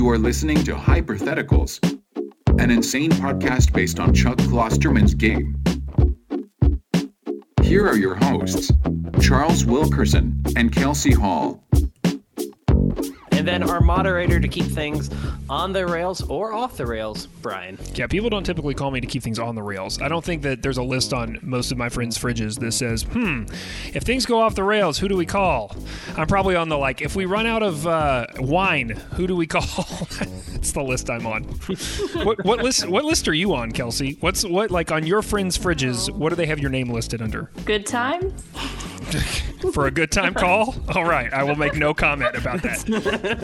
are listening to Hypotheticals, an insane podcast based on Chuck Klosterman's game. Here are your hosts, Charles Wilkerson and Kelsey Hall. And then our moderator to keep things on the rails or off the rails, Brian. Yeah, people don't typically call me to keep things on the rails. I don't think that there's a list on most of my friends' fridges that says, hmm, if things go off the rails, who do we call? I'm probably on the like, if we run out of uh, wine, who do we call? That's the list I'm on. what, what list? What list are you on, Kelsey? What's what like on your friends' fridges? What do they have your name listed under? Good times? For a good time call? All right, I will make no comment about that.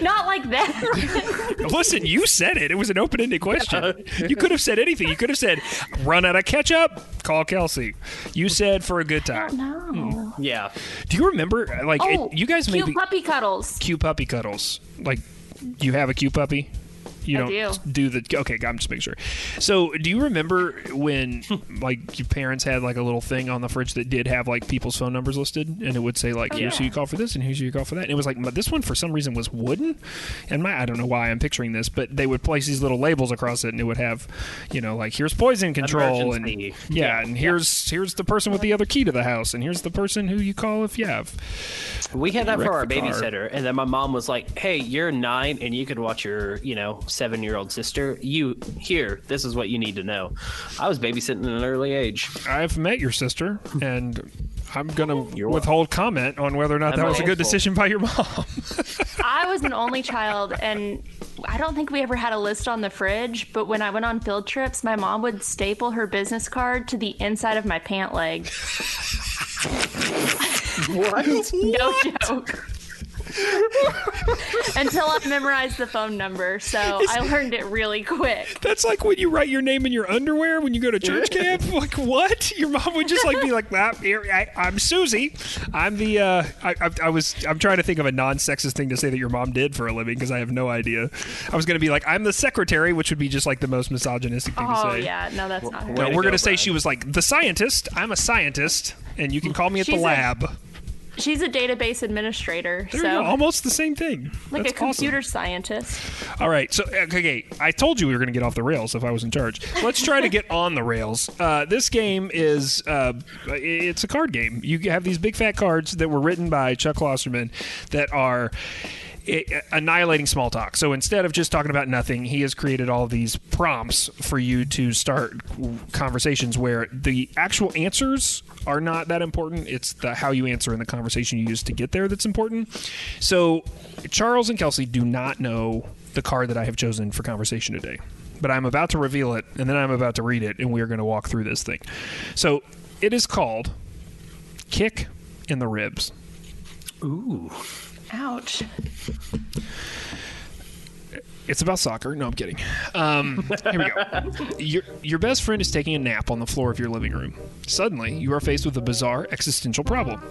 Not like that. Listen, you said it. It was an open-ended question. You could have said anything. You could have said, "Run out of ketchup? Call Kelsey." You said for a good time. no. Yeah. Do you remember? Like Oh, it, you guys cute maybe puppy cuddles. cute puppy cuddles. Like you have a cute puppy. You I don't do. the okay. I'm just making sure. So, do you remember when like your parents had like a little thing on the fridge that did have like people's phone numbers listed, and it would say like here's who you call for this and here's who you call for that, and it was like but this one for some reason was wooden, and my I don't know why I'm picturing this, but they would place these little labels across it, and it would have, you know, like here's poison control, Emergency. and yeah, and here's here's the person with the other key to the house, and here's the person who you call if you have. We had that for our Wreck the car. babysitter, and then my mom was like, "Hey, you're nine, and you could watch your, you know, seven-year-old sister. You here? This is what you need to know." I was babysitting at an early age. I've met your sister, Hmm. and I'm gonna withhold comment on whether or not I'm that was a good thankful. decision by your mom. I was an only child, and I don't think we ever had a list on the fridge. But when I went on field trips, my mom would staple her business card to the inside of my pant leg. what? No joke. Until I memorized the phone number, so I learned it really quick. That's like when you write your name in your underwear when you go to church camp. Like what? Your mom would just like be like, ah, here, I, "I'm Susie. I'm the. Uh, I, I, I was. I'm trying to think of a non-sexist thing to say that your mom did for a living because I have no idea. I was gonna be like, I'm the secretary, which would be just like the most misogynistic thing to Oh say. yeah, no, that's not her. No, Way to we're go, gonna say Brian. she was like the scientist. I'm a scientist, and you can call me at She's the a- lab. She's a database administrator, There you so go. Almost the same thing. like That's a awesome. computer scientist. All right. So, uh, okay, I told you we were going to get off the rails if I was in charge. Let's try to get on the rails. Uh, this game is uh, it's a card game. You have these big fat cards that were written by Chuck Klosterman that are. i annihilating small talk. So instead of just talking about nothing, he has created all these prompts for you to start conversations where the actual answers are not that important. It's the how you answer and the conversation you use to get there that's important. So Charles and Kelsey do not know the card that I have chosen for conversation today, but I'm about to reveal it and then I'm about to read it and we are going to walk through this thing. So it is called Kick in the Ribs. Ooh. Ouch. It's about soccer. No, I'm kidding. Um, here we go. Your, your best friend is taking a nap on the floor of your living room. Suddenly, you are faced with a bizarre existential problem.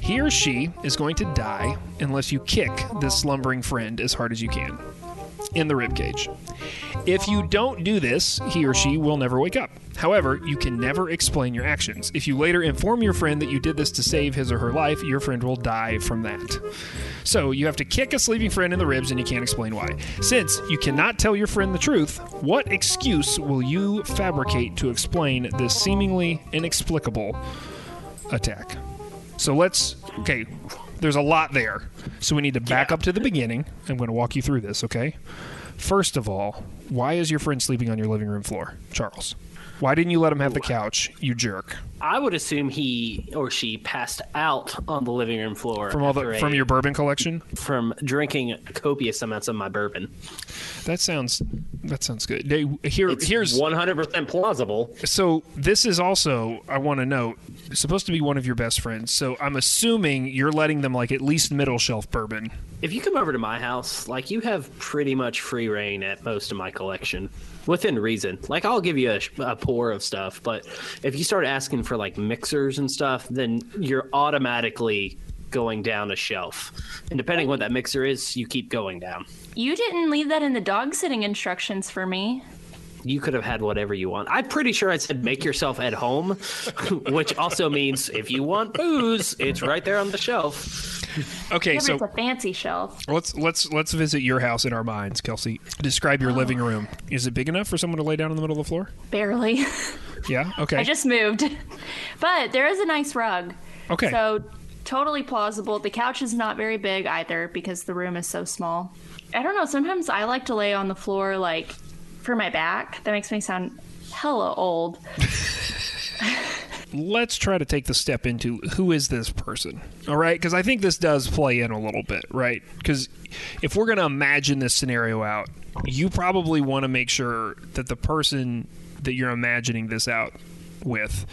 He or she is going to die unless you kick this slumbering friend as hard as you can in the ribcage. If you don't do this, he or she will never wake up. However, you can never explain your actions. If you later inform your friend that you did this to save his or her life, your friend will die from that. So you have to kick a sleeping friend in the ribs and you can't explain why. Since you cannot tell your friend the truth, what excuse will you fabricate to explain this seemingly inexplicable attack? So let's. Okay, there's a lot there. So we need to back up to the beginning. I'm going to walk you through this, okay? First of all, why is your friend sleeping on your living room floor, Charles? Why didn't you let him have the couch, you jerk? I would assume he or she passed out on the living room floor From all after the a- from your bourbon collection? from drinking copious amounts of my bourbon. That sounds that sounds good. They, here It's here's 100% plausible. so this is also I want to know supposed to be one of your best friends. So I'm assuming you're letting them like at least middle shelf bourbon. If you come over to my house, like you have pretty much free reign at most of my collection, within reason. Like I'll give you a, sh- a pour of stuff, but if you start asking for like mixers and stuff, then you're automatically going down a shelf. And depending what that mixer is, you keep going down. You didn't leave that in the dog sitting instructions for me. You could have had whatever you want. I'm pretty sure I said make yourself at home, which also means if you want booze, it's right there on the shelf. Okay, Yeah, but so it's a fancy shelf. let's let's let's visit your house in our minds, Kelsey. Describe your living room. Is it big enough for someone to lay down in the middle of the floor? Barely. Yeah. Okay. I just moved. But there is a nice rug. okay. So totally plausible. The couch is not very big either because the room is so small. I don't know. Sometimes I like to lay on the floor like for my back. That makes me sound hella old. let's try to take the step into who is this person all right because i think this does play in a little bit right because if we're going to imagine this scenario out you probably want to make sure that the person that you're imagining this out with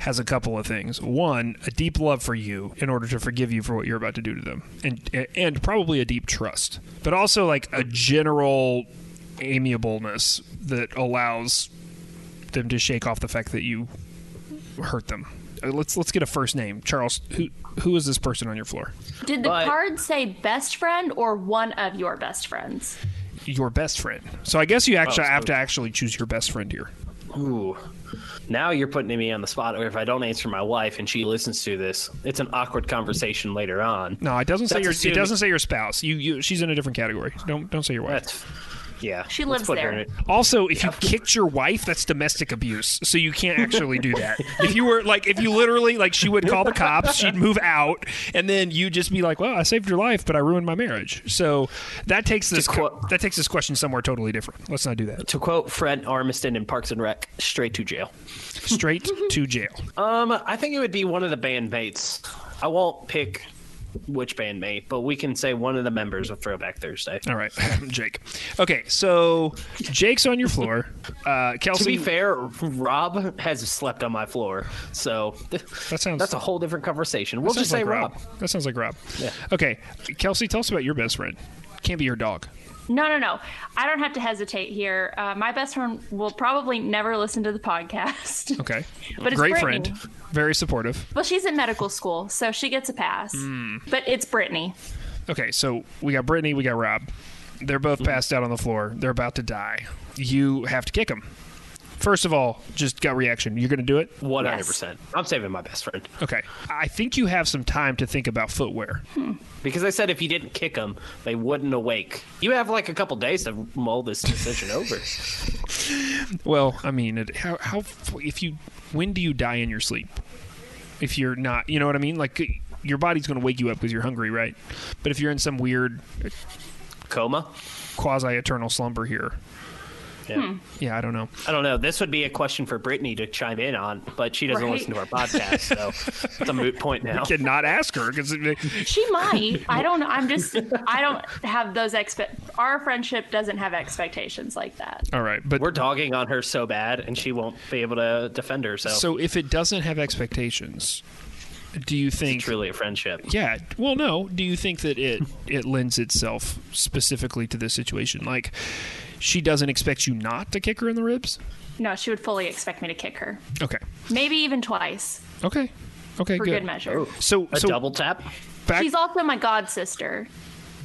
has a couple of things one a deep love for you in order to forgive you for what you're about to do to them and and probably a deep trust but also like a general amiableness that allows them to shake off the fact that you hurt them. Uh, Let's let's get a first name. Charles, who who is this person on your floor? Did the But- card say best friend or one of your best friends? Your best friend. So I guess you actually Oh, so- have to actually choose your best friend here. Ooh. Now you're putting me on the spot. Or if I don't answer my wife and she listens to this, it's an awkward conversation later on. No, it doesn't say That's your assuming- it doesn't say your spouse. You you she's in a different category. Don't don't say your wife. That's yeah. She let's lives put her there. in it. Also, if you kicked your wife, that's domestic abuse. So you can't actually do that. if you were like, if you literally like, she would call the cops. She'd move out, and then you just be like, "Well, I saved your life, but I ruined my marriage." So that takes this To quote- that takes this question somewhere totally different. Let's not do that. To quote Fred Armiston in Parks and Rec, straight to jail. Straight to jail. Um, I think it would be one of the bandmates. I won't pick which bandmate, but we can say one of the members of Throwback Thursday. All right, Jake. Okay, so Jake's on your floor. Uh, Kelsey, To be fair, Rob has slept on my floor, so that sounds that's a whole different conversation. We'll that just sounds say like Rob. That sounds like Rob. Okay, Kelsey, tell us about your best friend. Can't be your dog. No, no, no. I don't have to hesitate here. Uh, my best friend will probably never listen to the podcast. Okay, But it's great Brittany. friend, very supportive. Well, she's in medical school, so she gets a pass. Hmm. But it's Brittany. Okay, so we got Brittany, we got Rob. They're both Mm-hmm. passed out on the floor. They're about to die. You have to kick them. First of all, just gut reaction. You're going to do it. One hundred percent. I'm saving my best friend Okay. I think you have some time to think about footwear. because I said if you didn't kick them, they wouldn't awake. You have like a couple days to mull this decision over. Well, I mean, it, how, how if you when do you die in your sleep? If you're not, you know what I mean. Like your body's going to wake you up because you're hungry, right? But if you're in some weird Coma. quasi eternal slumber here, Yeah. yeah, I don't know. I don't know. This would be a question for Brittany to chime in on, but she doesn't Right. listen to our podcast, so it's a moot point now. Did not ask her because She might. I don't. I'm just. I don't have those expect. Our friendship doesn't have expectations like that. all right, but We're dogging on her so bad, and she won't be able to defend herself. so if it doesn't have expectations, do you think? it's really a friendship. Yeah. Well, no. Do you think that it it lends itself specifically to this situation? Like, she doesn't expect you not to kick her in the ribs. No, she would fully expect me to kick her. Okay. Maybe even twice Okay. Okay. for good. Oh. good, measure. So, A so double tap. back. She's also my god sister.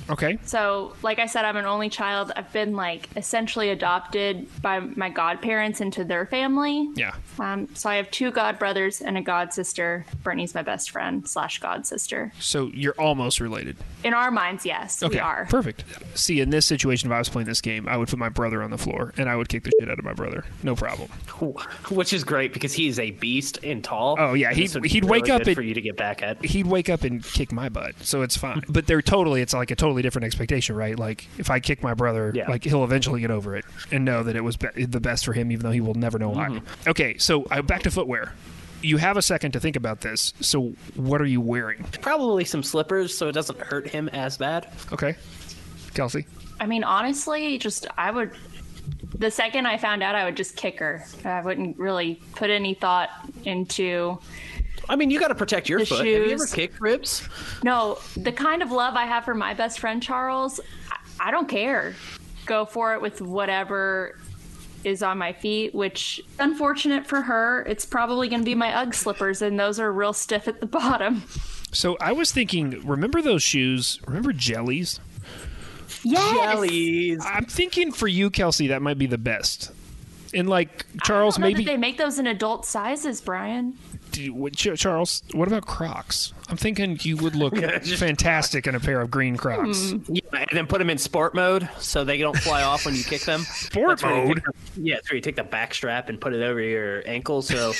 okay. So, like I said, I'm an only child. I've been like essentially adopted by my godparents into their family. Yeah. Um, so I have two god brothers and a god sister. Brittany's my best friend slash god sister. So you're almost related. In our minds, yes, Okay. we are. Perfect. See, in this situation, if I was playing this game, I would put my brother on the floor and I would kick the shit out of my brother. No problem. which is great because he is a beast and tall. Oh, yeah, And he- this would be he'd wake really up good and- for you to get back at. He'd wake up and kick my butt, so it's fine. But they're totally, it's like a totally different expectation, right? Like if I kick my brother, Yeah. like he'll eventually get over it and know that it was be- the best for him, even though he will never know why. Mm-hmm. Okay, so uh, back to footwear. You have a second to think about this. So what are you wearing? Probably some slippers, so it doesn't hurt him as bad. Okay, Kelsey. I mean, honestly, just I would. The second I found out, I would just kick her. I wouldn't really put any thought into. I mean, you got to protect your The foot. Have you ever shoes. kicked ribs? No, the kind of love I have for my best friend Charles, I, I don't care. Go for it with whatever is on my feet, which unfortunate for her, it's probably going to be my UGG slippers, and those are real stiff at the bottom. So I was thinking, remember those shoes? Remember jellies? Yes. Jellies. I'm thinking for you, Kelsey, that might be the best. And like Charles, I don't know maybe that they make those in adult sizes, Brian. do you- what, Ch- Charles, what about Crocs? I'm thinking you would look just- fantastic in a pair of green Mm-hmm. Crocs. Yeah, and then put them in sport mode so they don't fly off when you kick them. Sport That's where you mode? take the- yeah, that's where you take the back strap and put it over your ankle so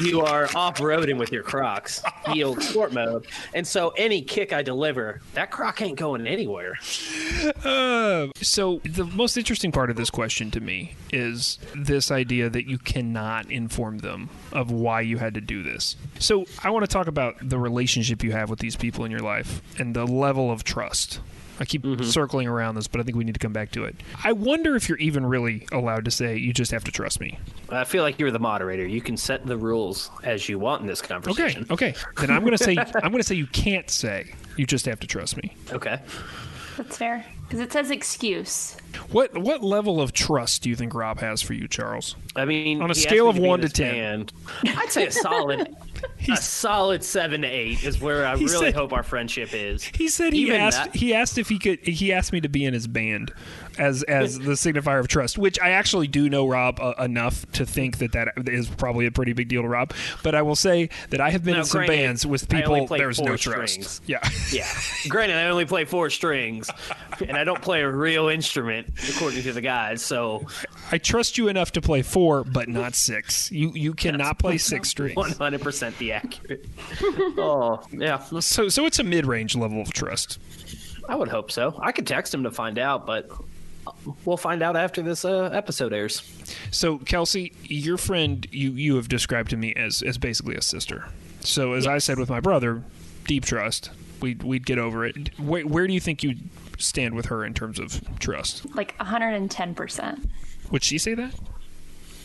you are off roading with your Crocs. Yield sport mode. And so any kick I deliver, that Croc ain't going anywhere. Uh, so the most interesting part of this question to me is this idea that you cannot inform them of why you had to do this. So I want to talk about the relationship you have with these people in your life and the level of trust. I keep circling around this, but I think we need to come back to it. I wonder if you're even really allowed to say you just have to trust me. I feel like you're the moderator. You can set the rules as you want in this Okay, conversation. okay. Then I'm going to say I'm going to say you can't say you just have to trust me. Okay. That's fair. Because it says excuse. What what level of trust do you think Rob has for you, Charles? I mean, On a he asked scale me of be one in to his 10. band. I'd say a solid, a solid seven to eight is where I He really said- hope our friendship is. He said he Even asked that- he asked if he could he asked me to be in his band as as the signifier of trust, which I actually do know Rob uh, enough to think that that is probably a pretty big deal to Rob. But I will say that I have been Now, in some granted, bands with I only people played there's no four trust. strings. Yeah. Yeah. Granted, I only play four strings, and I don't play a real instrument, according to the guys. So I trust you enough to play 4 but not 6. You you cannot play 6 strings. one hundred percent be accurate. Oh yeah, So so it's a mid-range level of trust. I would hope so. I could text him to find out, but we'll find out after this uh, episode airs. So Kelsey, your friend you you have described to me as as basically a sister. So as I said with my brother, deep trust. We'd we'd get over it. Where, where do you think you stand with her in terms of trust? Like 110%. Would she say that?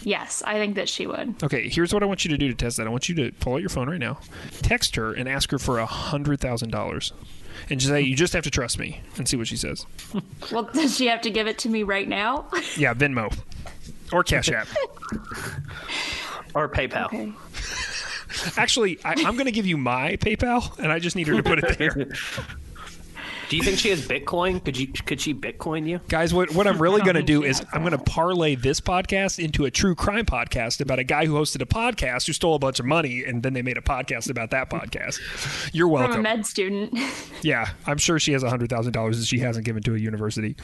Yes, I think that she would. Okay, here's what I want you to do to test that. I want you to pull out your phone right now, text her, and ask her for a hundred thousand dollars, and just say you just have to trust me, and see what she says. Well, does she have to give it to me right now? Yeah, Venmo or Cash App. Or PayPal. Okay. Actually, I, I'm going to give you my PayPal, and I just need her to put it there. Do you think she has Bitcoin? Could you could she Bitcoin you? Guys, what, what I'm really going to think do she is has I'm going to parlay this podcast into a true crime podcast about a guy who hosted a podcast who stole a bunch of money and then they made a podcast about that podcast. You're I'm a welcome. med student. yeah, I'm sure she has $100,000 that she hasn't given to a university.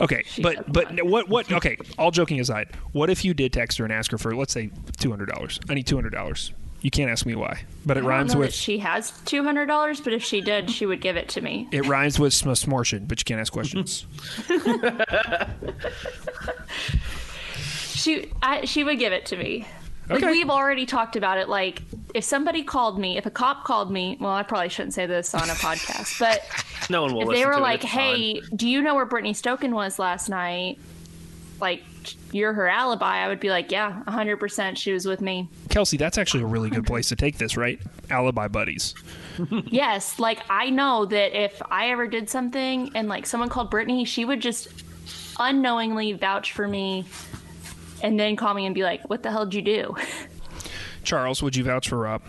Okay, has but but what what okay, all joking aside, what if you did text her and ask her for let's say $200. I need $200. You can't ask me why, but it I don't rhymes know with that she has $200, but if she did, she would give it to me. it rhymes with smortion, but you can't ask questions. She I, she would give it to me. Like Okay. we've already talked about it. Like if somebody called me, if a cop called me, well, I probably shouldn't say this on a podcast, but No one will. if listen they were to it, like, it's "Hey, do you know where Brittany Stokin was last night?" Like you're her alibi. I would be like, "Yeah, 100. percent She was with me." Kelsey, that's actually a really good place to take this, right? Alibi buddies. yes, like I know that if I ever did something and like someone called Brittany, she would just unknowingly vouch for me, and then call me and be like, "What the hell did you do?" Charles, would you vouch for Rob?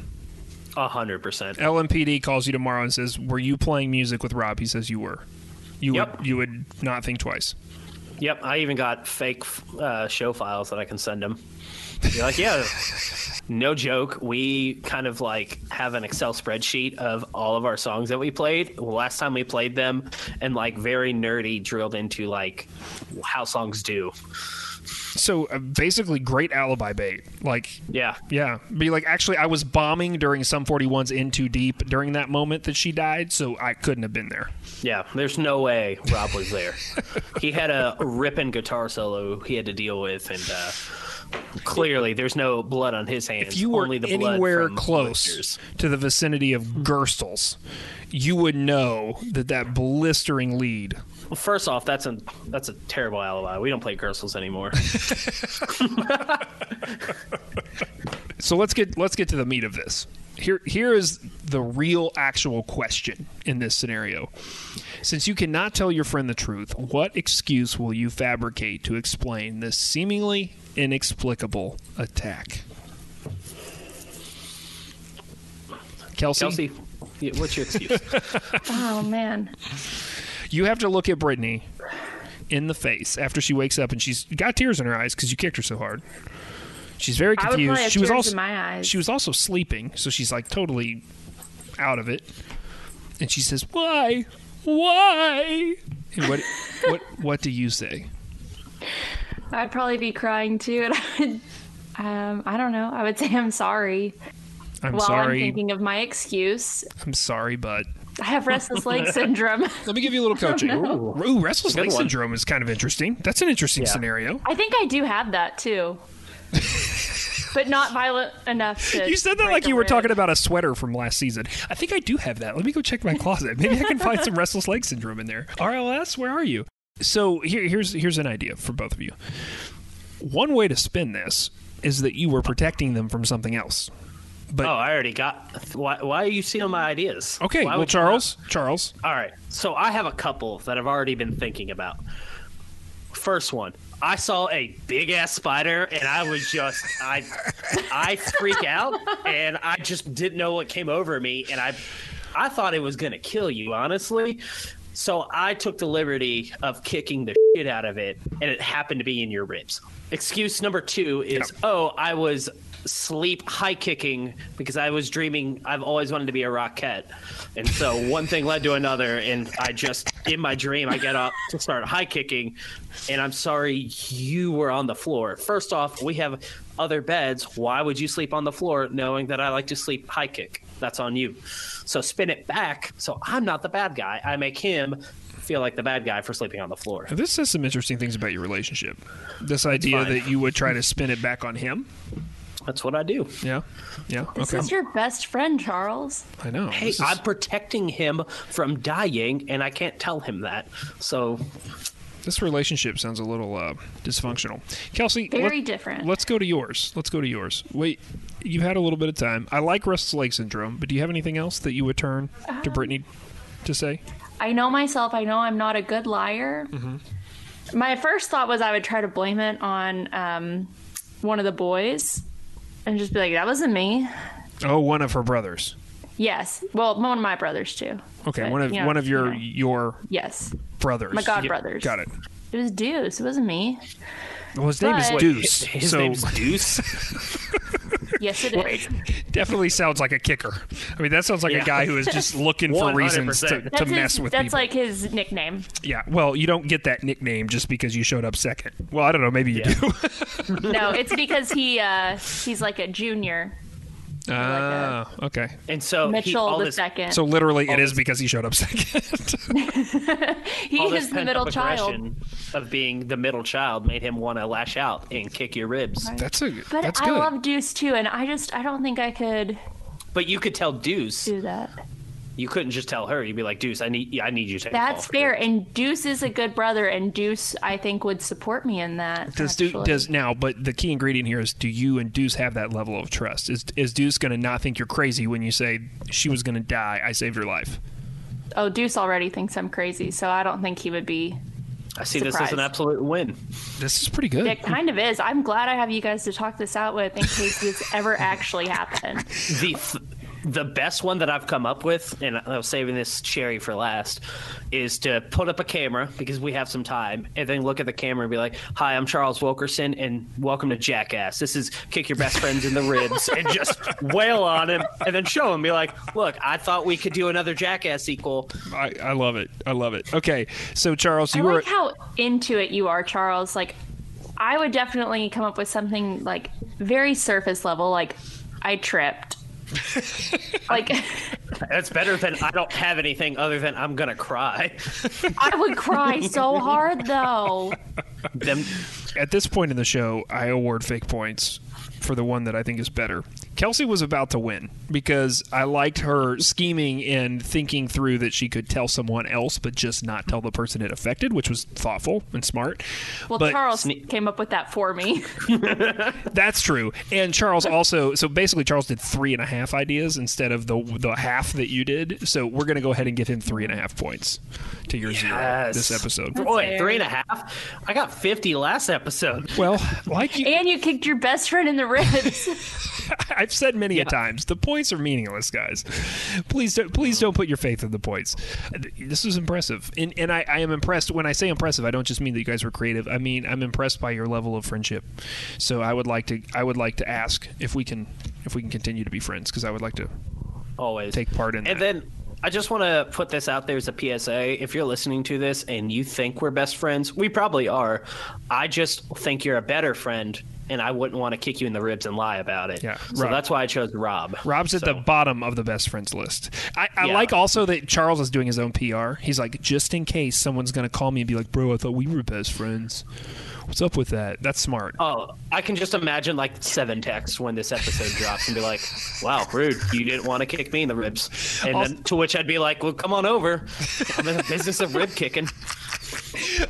fine. hundred percent. LMPD calls you tomorrow and says, "Were you playing music with Rob?" He says, "You were." You Yep. would you would not think twice. Yep, I even got fake uh, show files that I can send them. You're like, yeah, no joke. We kind of like have an Excel spreadsheet of all of our songs that we played, last time we played them, and like very nerdy drilled into like how songs do. So uh, basically, great alibi bait. Like, Yeah, yeah, be like, actually, I was bombing during some 41's in too deep during that moment that she died, so I couldn't have been there. yeah. There's no way Rob was there. he had a ripping guitar solo he had to deal with, and uh, clearly there's no blood on his hands. If you were only the blood anywhere from close blisters. to the vicinity of Gerstels, you would know that that blistering lead. Well, First off, that's a that's a terrible alibi. We don't play Gersels anymore. So let's get let's get to the meat of this. Here here is the real actual question in this scenario. Since you cannot tell your friend the truth, what excuse will you fabricate to explain this seemingly inexplicable attack? Kelsey, Kelsey, yeah, what's your excuse? Oh man. you have to look at Brittany in the face after she wakes up and she's got tears in her eyes because you kicked her so hard. She's very I would play confused. with she was tears also in my eyes. she was also sleeping, so she's like totally out of it. And she says, "Why? Why?" And what what what do you say? I'd probably be crying too, and I would. Um, I don't know. I would say I'm sorry. I'm while I'm sorry. thinking of my excuse, I'm sorry, but I have restless leg syndrome. let me give you a little coaching. Ooh, Ooh, restless leg one. syndrome is kind of interesting. That's an interesting scenario. I think I do have that too, but not violent enough to. You said that break like a you were rib. talking about a sweater from last season. I think I do have that. Let me go check my closet. Maybe I can find some restless leg syndrome in there. RLS, where are you? So here, here's here's an idea for both of you. One way to spin this is that you were protecting them from something else. But Oh, I already got. Why, why are you stealing my ideas? okay, Why well, would you Charles, Charles, All right. So I have a couple that I've already been thinking about. First one, I saw a big ass spider and I was just I I freak out and I just didn't know what came over me and I I thought it was going to kill you, honestly. So I took the liberty of kicking the shit out of it and it happened to be in your ribs. Excuse number 2 is oh, I was sleep high kicking because I was dreaming I've always wanted to be a rockette. And so one thing led to another and I just in my dream I get up to start high kicking and I'm sorry you were on the floor. First off, we have other beds. Why would you sleep on the floor knowing that I like to sleep high kick? That's on you. So spin it back so I'm not the bad guy. I make him feel like the bad guy for sleeping on the floor. this says some interesting things about your relationship. This idea fine. that you would try to spin it back on him. That's what I do. Yeah, yeah. This okay, is your best friend, Charles. I know. Hey, This is- I'm protecting him from dying, and I can't tell him that. So This relationship sounds a little uh, dysfunctional. Kelsey, Very different. Let's go to yours. Let's go to yours. Wait, you've had a little bit of time. I like restless leg syndrome, but do you have anything else that you would turn to Um, Brittany to say? I know myself. I know I'm not a good liar. Mm-hmm. My first thought was I would try to blame it on um, one of the boys and just be like, that wasn't me. Oh, one of her brothers. Yes. Well, one of my brothers, too. Okay, But, one of you know, one of your you know. your Yes. brothers. My god brothers. Got it. It was Deuce. It wasn't me. Well, his name is But- Deuce. his so name's Deuce. Yes, it is. definitely sounds like a kicker. I mean, that sounds like a Yeah. guy who is just looking for reasons to, 100%. to his- mess with That's people. like his nickname. yeah. Well, you don't get that nickname just because you showed up second. Well, I don't know. Maybe you do. No, it's because he uh, he's like a junior. Ah, okay. and so Oh, he, Mitchell all the this, second. So literally, it is because he showed up second. he all this is the middle pent-up child. aggression of being the middle child made him want to lash out and kick your ribs. that's a But that's I good. love Deuce too, and I just I don't think I could But you could tell Deuce. do that. You couldn't just tell her. You'd be like, Deuce, I need, I need you to. take the fall That's for fair. this." And Deuce is a good brother, and Deuce, I think, would support me in that. does Deuce, actually. does now, but the key ingredient here is do you and Deuce have that level of trust? Is is Deuce going to not think you're crazy when you say she was going to die? I saved her life. Oh, Deuce already thinks I'm crazy, so I don't think he would be. I see this as an surprise. absolute win. This is pretty good. It kind of is. I'm glad I have you guys to talk this out with in case this ever actually happened. the th- the best one that I've come up with, and I was saving this cherry for last, is to put up a camera because we have some time, and then look at the camera and be like, "Hi, I'm Charles Wilkerson, and welcome to Jackass. This is kick your best friends in the ribs and just wail on him, and then show him, be like, look, I thought we could do another Jackass sequel. I, I love it. I love it. Okay, so Charles, I you were like how into it you are, Charles. Like, I would definitely come up with something like very surface level, like I tripped. like That's better than I don't have anything other than I'm gonna cry. I would cry so hard though. Them, at this point in the show. I award fake points for the one that I think is better. Kelsey was about to win because I liked her scheming and thinking through that she could tell someone else, but just not tell the person it affected, which was thoughtful and smart. Well, But- Charles came up with that for me. That's true. And Charles also, so basically, Charles did three and a half ideas instead of the the half that you did. So we're gonna go ahead and give him three and a half points to your zero Yes. this episode. boy, three and a half. I got 50 last episode. Well, like you, and you kicked your best friend in the ribs. I I've said many Yeah. a times the points are meaningless, guys. Please don't please don't put your faith in the points. This was impressive, and and I, I am impressed. When I say impressive, I don't just mean that you guys were creative. I mean I'm impressed by your level of friendship. So I would like to I would like to ask if we can if we can continue to be friends because I would like to always take part in And that. then I just want to put this out there as a PSA. If you're listening to this and you think we're best friends, we probably are. I just think you're a better friend, and I wouldn't want to kick you in the ribs and lie about it. Yeah, So Rob. that's why I chose Rob. Rob's at So- the bottom of the best friends list. I, I Yeah. like also that Charles is doing his own PR. He's like, just in case someone's going to call me and be like, bro, I thought we were best friends. What's up with that? That's smart. Oh, I can just imagine like seven texts when this episode drops and be like, "Wow, rude! You didn't want to kick me in the ribs," and Also- then to which I'd be like, "Well, come on over. I'm in the business of rib kicking."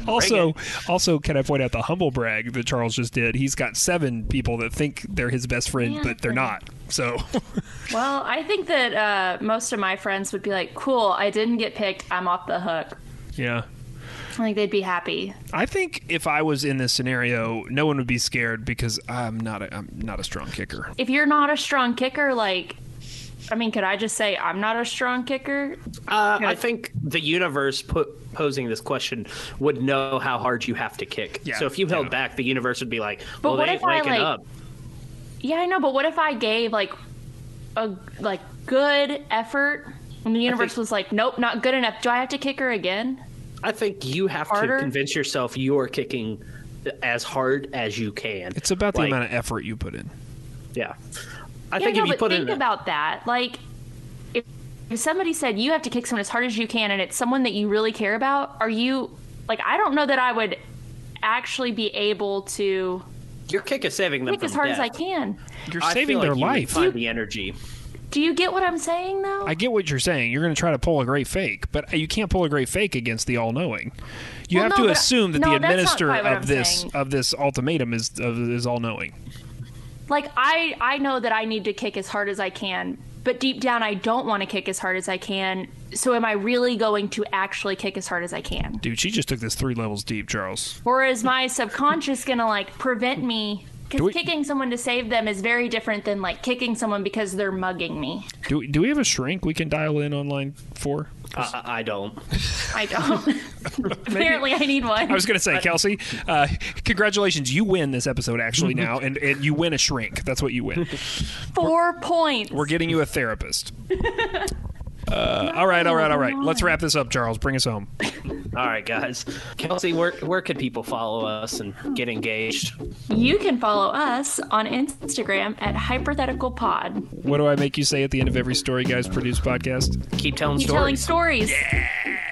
also, also, can I point out the humble brag that Charles just did? He's got seven people that think they're his best friend, Yeah, but they're not. that's So, Well, I think that uh, most of my friends would be like, "Cool, I didn't get picked. I'm off the hook." yeah. I think they'd be happy. I think if I was in this scenario, no one would be scared because I'm not a, I'm not a strong kicker. If you're not a strong kicker, like, I mean, could I just say I'm not a strong kicker? Uh, I Yeah. think the universe put, posing this question would know how hard you have to kick. Yeah, so if you held yeah. back, the universe would be like, But "Well, what they if ain't I, waking like- up." Yeah, I know, but what if I gave like a like good effort, and the universe think- was like, "Nope, not good enough. Do I have to kick her again?" I think you have Harder? to convince yourself you're kicking as hard as you can. It's about the Like, amount of effort you put in. Yeah, I yeah, think no, if you but put think in a- about that. Like, if, if somebody said you have to kick someone as hard as you can, and it's someone that you really care about, are you like? I don't know that I would actually be able to your kick is saving them kick from as hard as I death. can. You're I feel saving like their you would life. Find the energy. Do you get what I'm saying, though? I get what you're saying. You're going to try to pull a great fake, but you can't pull a great fake against the all-knowing. You Well, have no, to but- assume that the no, that's not administer quite what of I'm this saying. of this ultimatum is of, is all-knowing. like, I I know that I need to kick as hard as I can, but deep down, I don't want to kick as hard as I can. So, am I really going to actually kick as hard as I can, Dude, she just took this three levels deep, Charles. or is my subconscious gonna like prevent me? Do Because we- kicking someone to save them is very different than like kicking someone because they're mugging me. Do we, do we have a shrink we can dial in on line four? I, I- I don't. I don't. Apparently, I need one. I was going to say, Kelsey, uh, congratulations. You win this episode actually now, and, and you win a shrink. That's what you win. 4 points. We're getting you a therapist. Uh, all right, all right, all right. Let's wrap this up, Charles. Bring us home. All right, guys. Kelsey, where where could people follow us and get engaged? you can follow us on Instagram at hypothetical pod. What do I make you say at the end of every story, guys? Produced podcast. Keep telling Keep stories. telling stories.